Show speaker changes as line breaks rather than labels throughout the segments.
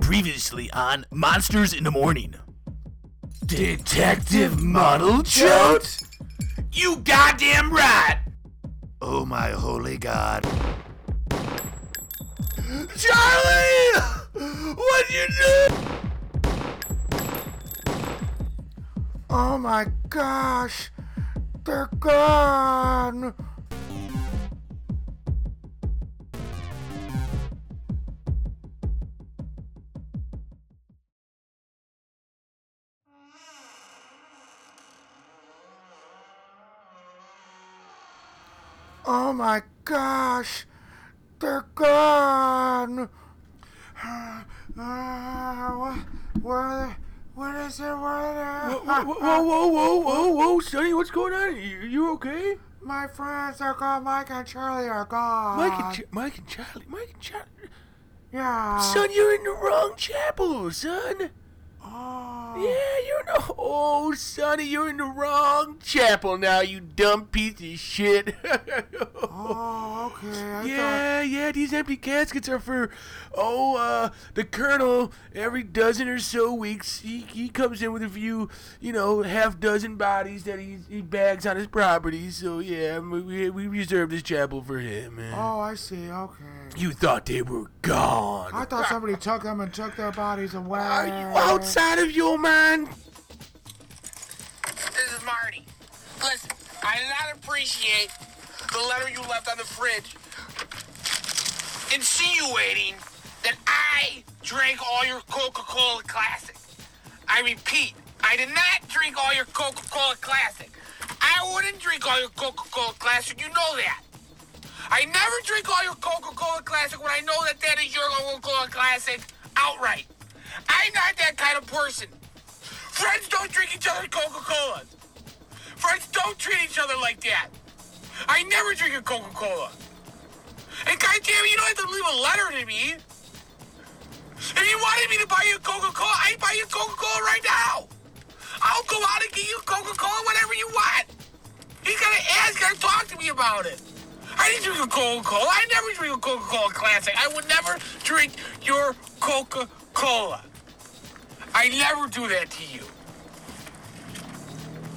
Previously on Monsters in the Morning. Detective Model Chote? You goddamn right! Oh my holy god. Charlie! What'd you do? Oh my gosh! They're gone! Oh my gosh! They're gone! Ah, Where, where is it? Where
Whoa, whoa, whoa, whoa, whoa, whoa, Sonny, what's going on? You, you okay?
My friends are gone. Mike and Charlie are gone.
Mike and, Ch- Mike and Charlie, Mike and Charlie.
yeah.
Son, you're in the wrong chapel, son.
Oh.
Yeah, you're in the. Oh, Sonny, you're in the wrong chapel now, you dumb piece of shit.
Oh, okay. I thought-
Yeah, yeah, these empty caskets are for, oh, uh, the colonel. Every dozen or so weeks, he, he comes in with a few, you know, half dozen bodies that he, he bags on his property. So yeah, we- we we reserved this chapel for him, man.
Oh, I see. Okay.
You thought they were gone?
I thought somebody took them and took their bodies away.
Are you outside of your mind?
This is Marty. Listen, I did not appreciate the letter you left on the fridge insinuating that I drank all your Coca Cola Classic. I repeat, I did not drink all your Coca Cola Classic. I wouldn't drink all your Coca Cola Classic, you know that. I never drink all your Coca Cola Classic when I know that that is your Coca Cola Classic outright. I'm not that kind of person. Friends don't drink each other's Coca Colas. Friends don't treat each other like that. I never drink a Coca Cola. And goddamn it, you don't have to leave a letter to me. If you wanted me to buy you a Coca Cola, I'd buy you a Coca Cola right now. I'll go out and get you a Coca Cola whenever you want. He's gonna ask, gonna talk to me about it. I didn't drink a Coca Cola. I never drink a Coca Cola Classic. I would never drink your Coca Cola. I never do that to you.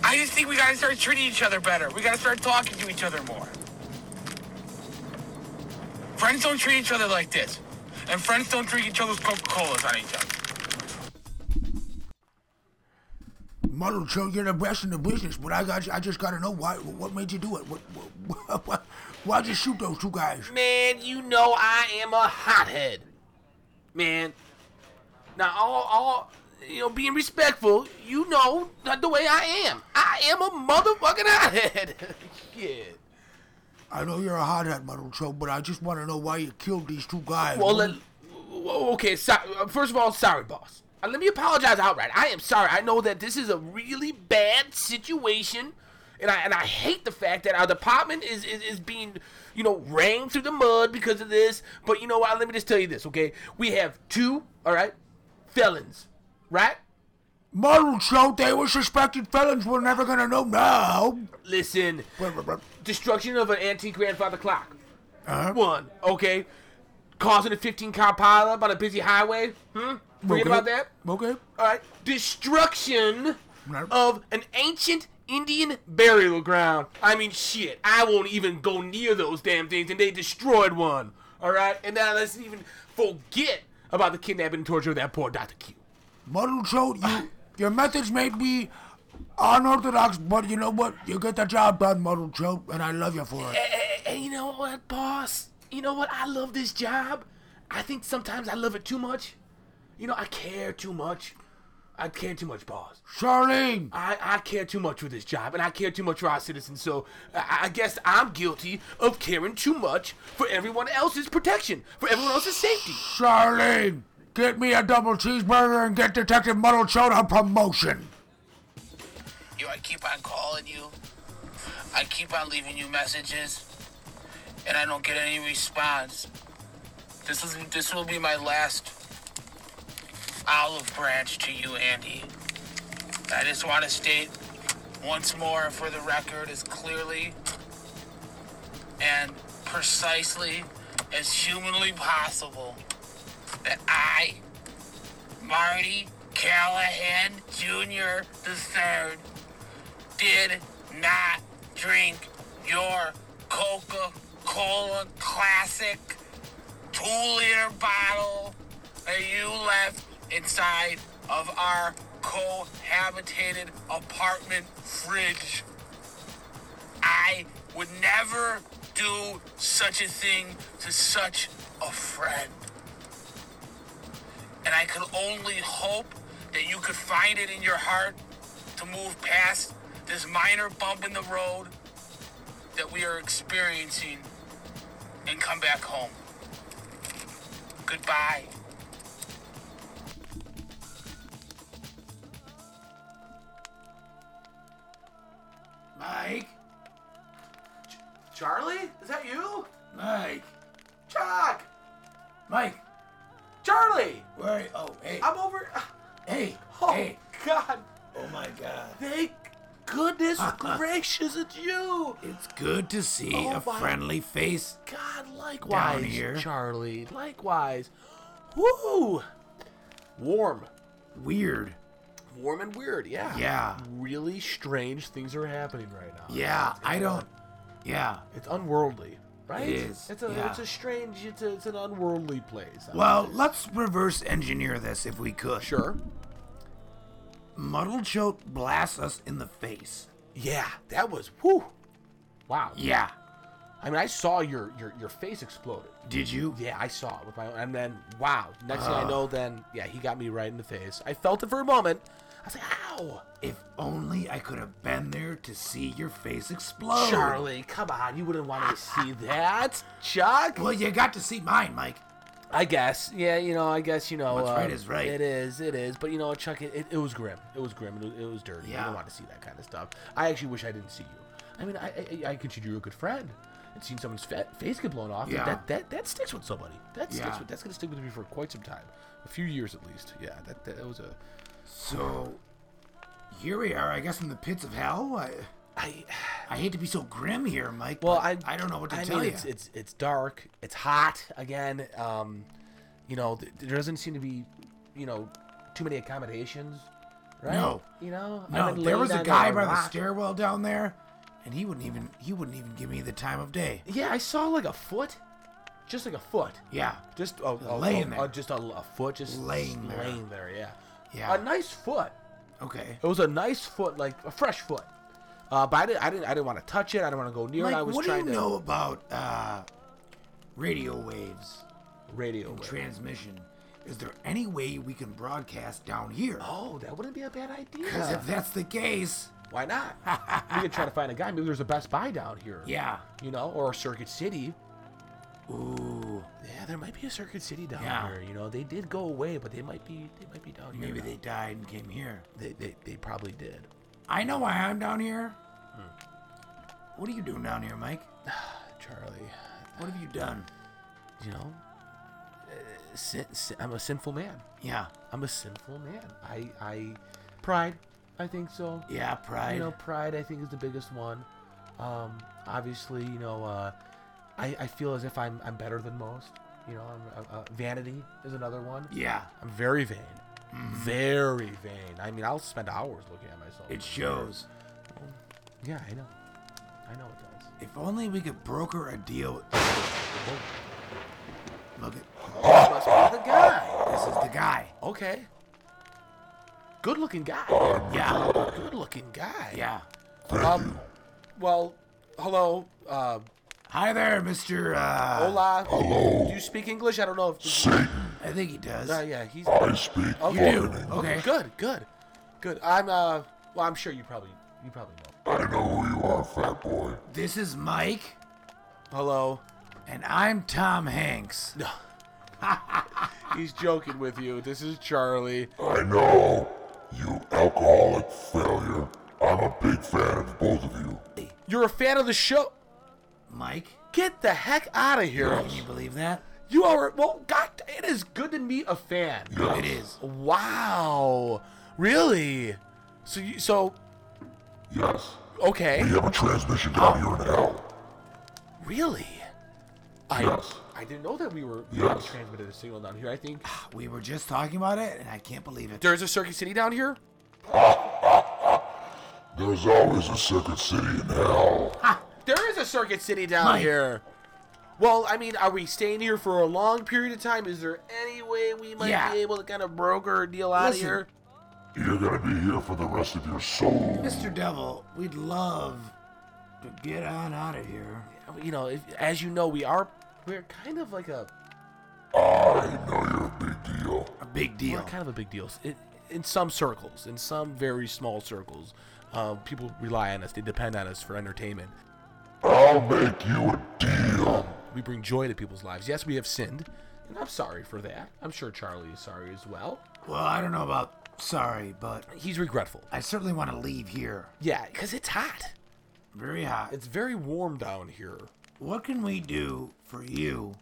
I just think we gotta start treating each other better. We gotta start talking to each other more. Friends don't treat each other like this. And friends don't drink each other's Coca-Colas on each other.
Muddle Joe, you're the best in the business, but I got I just gotta know why what made you do it? What, what, what why'd you shoot those two guys?
Man, you know I am a hothead. Man. Now, all, all, you know, being respectful, you know not the way I am. I am a motherfucking hothead. Shit.
I know you're a hothead, Muddle Joe, but I just wanna know why you killed these two guys.
Well, let, whoa, okay, so, uh, first of all, sorry, boss. Uh, let me apologize outright. I am sorry. I know that this is a really bad situation. And I, and I hate the fact that our department is, is, is being, you know, ran through the mud because of this. But you know what? Let me just tell you this, okay? We have two, all right, felons, right?
Muddle Joe, they were suspected felons. We're never gonna know now.
Listen, destruction of an antique grandfather clock.
Uh-huh.
One, okay? Causing a 15 car pileup on a busy highway. Hmm? Forget
Okay.
about that?
Okay.
All right. Destruction
Right.
of an ancient Indian burial ground. I mean, shit. I won't even go near those damn things, and they destroyed one. All right. And now let's even forget about the kidnapping and torture of that poor Dr. Q.
Muddle Joe, you your methods may be unorthodox, but you know what? You get the job done, Muddle Joe, and I love you for it.
And, you know what, boss? You know what? I love this job. I think sometimes I love it too much. You know, I care too much. I care too much, boss.
Charlene!
I, I care too much for this job, and I care too much for our citizens, so uh, I, I guess I'm guilty of caring too much for everyone else's protection, for everyone else's safety.
Charlene! Get me a double cheeseburger and get Detective Muddle Joe a promotion.
You, I keep on calling you. I keep on leaving you messages. And I don't get any response. This is this will be my last olive branch to you, Andy. I just want to state once more for the record as clearly and precisely as humanly possible that I Marty Callahan Jr. III did not drink your Coca Cola Classic two liter bottle that you left inside of our cohabitated apartment fridge. I would never do such a thing to such a friend. And I could only hope that you could find it in your heart to move past this minor bump in the road that we are experiencing and come back home. Goodbye.
Mike?
Charlie? Is that you?
Mike,
Chuck!
Mike,
Charlie!
where? Are you? Oh, hey,
I'm over. uh,
hey,
Oh,
hey!
God.
Oh my God!
Thank goodness gracious it's you.
It's good to see
Oh
a
my-
friendly face.
God, likewise,
here.
Charlie. Likewise. Woo! Warm.
Weird.
Warm and weird, yeah.
Yeah.
Really strange things are happening right now.
Yeah, I don't. Yeah.
It's unworldly, right?
is,
It's a
yeah.
it's a strange it's a, it's an unworldly place. I would
Well,
say.
let's reverse engineer this if we could.
sure.
Muddle Choke blasts us in the face.
Yeah, that was whew. Wow.
Yeah.
I mean, I saw your your your face exploded.
Did you?
Yeah, I saw it with my own. And then, wow. Next thing
Uh.
I know, then, yeah, he got me right in the face. I felt it for a moment. I was like, ow.
If only I could have been there to see your face explode.
Charlie, come on. You wouldn't want to see that. Chuck?
Well, you got to see mine, Mike.
I guess. Yeah, you know, I guess, you know.
What's right
um,
is right.
It is, it is. But, you know, Chuck, it, it, it was grim. It was grim. It was, it was dirty. You
Yeah.
don't want to see that kind of stuff. I actually wish I didn't see you. I mean, I I, I consider you a good friend. And seeing someone's fa- face get blown off,
Yeah.
that, that that sticks with somebody. That sticks
Yeah.
with, that's going to stick with me for quite some time. A few years at least. Yeah, that, that was a.
So, here we are, I guess, in the pits of hell. I,
I
I hate to be so grim here, Mike.
well,
but
I
I don't know what to
I
tell
mean,
you.
It's, it's it's dark. It's hot again. Um, you know, th- there doesn't seem to be, you know, too many accommodations, right?
No.
You know, I've
no,
been
there
laying
was a
down
guy
on
by the
rock.
stairwell down there, and he wouldn't even he wouldn't even give me the time of day.
Yeah, I saw like a foot, just like a foot,
Yeah,
just a, a-
Laying
a-
there.
a- just a, a foot, just
Laying there.
laying there. Yeah,
Yeah.
a nice foot.
okay.
It was a nice foot, like a fresh foot. Uh, but I didn't, I didn't, I didn't want to touch it. I didn't want to go near it. I
Mike,
was
what do you
trying to
know about uh, radio waves
radio. wave.
transmission? Is there any way we can broadcast down here?
oh, that wouldn't be a bad idea.
Because if that's the case,
Why not? we could try to find a guy. Maybe there's a Best Buy down here.
yeah.
You know, or a Circuit City.
Ooh,
Yeah, there might be a Circuit City down
Yeah.
here. You know, they did go away, but they might be they might be down here.
maybe
now.
they died and came here.
they they, they probably did.
I know why I'm down here. What are you doing down here, Mike?
Charlie,
What have you done?
you know, uh, sin, sin, I'm a sinful man.
Yeah,
I'm a sinful man. I I pride. I think so.
yeah, pride.
You know, pride I think is the biggest one. Um, obviously, you know, uh, I, I feel as if I'm I'm better than most. You know, I'm, uh, uh, vanity is another one.
yeah,
I'm very vain,
Mm-hmm.
very vain. I mean, I'll spend hours looking at myself.
it shows.
yeah, I know, I know it does.
If only we could broker a deal. Look at
This must be the guy.
this is the guy.
Okay. Good looking guy.
Yeah,
Good looking guy.
yeah.
Um. Well, hello. Uh,
Hi there, Mister. Uh,
hola. Hello. Do you speak English? I don't know if.
I think he does.
Uh, yeah, he's.
I speak
Oh, You
Okay.
do. Okay.
Good, good, good. I'm uh, well, I'm sure you probably, you probably know.
I know who you are, fat boy.
This is Mike,
Hello.
and I'm Tom Hanks.
No. He's joking with you. This is Charlie.
I know you alcoholic failure. I'm a big fan of both of you.
You're a fan of the show.
Mike,
Get the heck out of here.
can you believe that?
You are well. God, it is good to meet a fan.
Yes.
It is.
Wow. Really? So you so
Yes.
okay.
We have a transmission down here in hell.
Really? I
Yes.
I didn't know that we were we
Yes.
transmitted a signal down here. I think
We were just talking about it, and I can't believe it.
there's a Circuit City down here.
There's always a second city in hell.
There is a Circuit City down
Mike.
here. Well, I mean, are we staying here for a long period of time? Is there any way we might
Yeah.
be able to kind of broker a deal out
Listen.
of here?
You're gonna be here for the rest of your soul.
Mr. Devil, we'd love to get on out of here.
You know, if, as you know, we are we're kind of like a
I know you're a big deal.
A big
we're
deal.
kind of a big deal it, in some circles, in some very small circles. Uh, people rely on us; they depend on us for entertainment. Um,
I'll make you a deal.
We bring joy to people's lives. Yes, we have sinned, and I'm sorry for that. I'm sure Charlie is sorry as well.
Well, I don't know about sorry, but
He's regretful.
I certainly want to leave here.
Yeah, because it's hot.
Very hot.
It's very warm down here.
What can we do for you?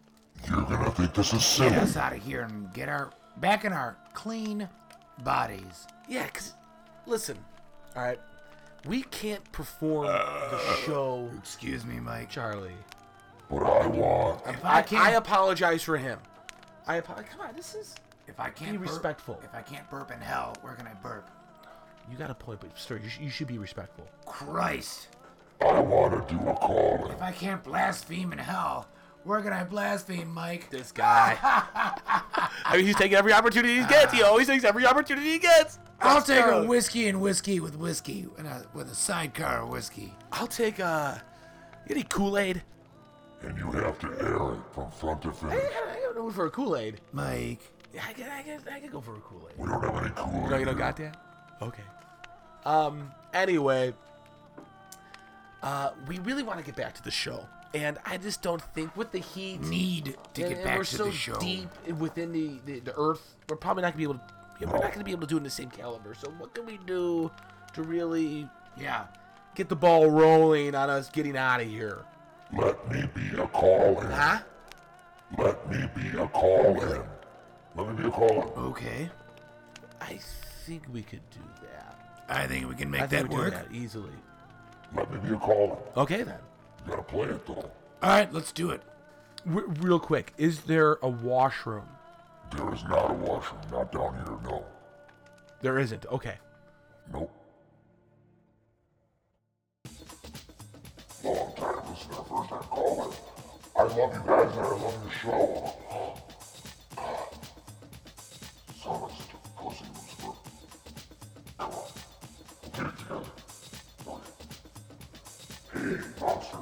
You're gonna think this is silly.
Get us out of here and get our back in our clean bodies.
Yeah, because, listen, all right, we can't perform the show,
Excuse me, Mike.
Charlie.
What I want.
If I
I,
can't,
I apologize for him. I apologize. Come on, this is.
if I can't
be
burp-
respectful.
If I can't burp in hell, where can I burp?
You got a point, but sir, you, sh- you should be respectful.
Christ!
I wanna do a calling.
If I can't blaspheme in hell, where can I blaspheme, Mike?
This guy. Ah. I mean, he's taking every opportunity he gets. He always takes every opportunity he gets.
I'll take a
Charlie.
whiskey and whiskey with whiskey and a, with a sidecar of whiskey.
I'll take uh, any Kool Aid.
And you have to air it from front to finish.
I got no for a Kool Aid.
Mike,
Yeah, I could, I could, I could go for a Kool Aid.
We don't have any cool
No, you don't got that. Okay. Um. Anyway. Uh, we really want to get back to the show, and I just don't think with the heat
need to
and,
get
and
back
we're
to
so
the show.
deep within the, the the earth, we're probably not gonna be able to. We're not gonna be able to do it in the same caliber. So what can we do to really
Yeah.
get the ball rolling on us getting out of here?
Let me be a calling.
Huh?
Let me be a calling. Let me be a calling.
Okay.
I think we could do that.
I think we can make
I think
that
we could do
work.
that easily.
Let me be a calling.
Okay then.
You gotta play it though.
All right, let's do it.
R- real quick, is there a washroom?
There is not a washroom, not down here, no.
There isn't. Okay.
Nope. Long time listener, first time caller. I love you guys and I love your show. Sound like such a pussy whisper. Come on. We'll get it together. Okay. Hey, monster.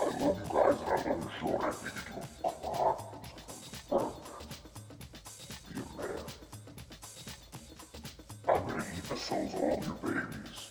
I love you guys and I love your show and I think you do a lot. Be a man. I'm gonna eat the souls of all your babies.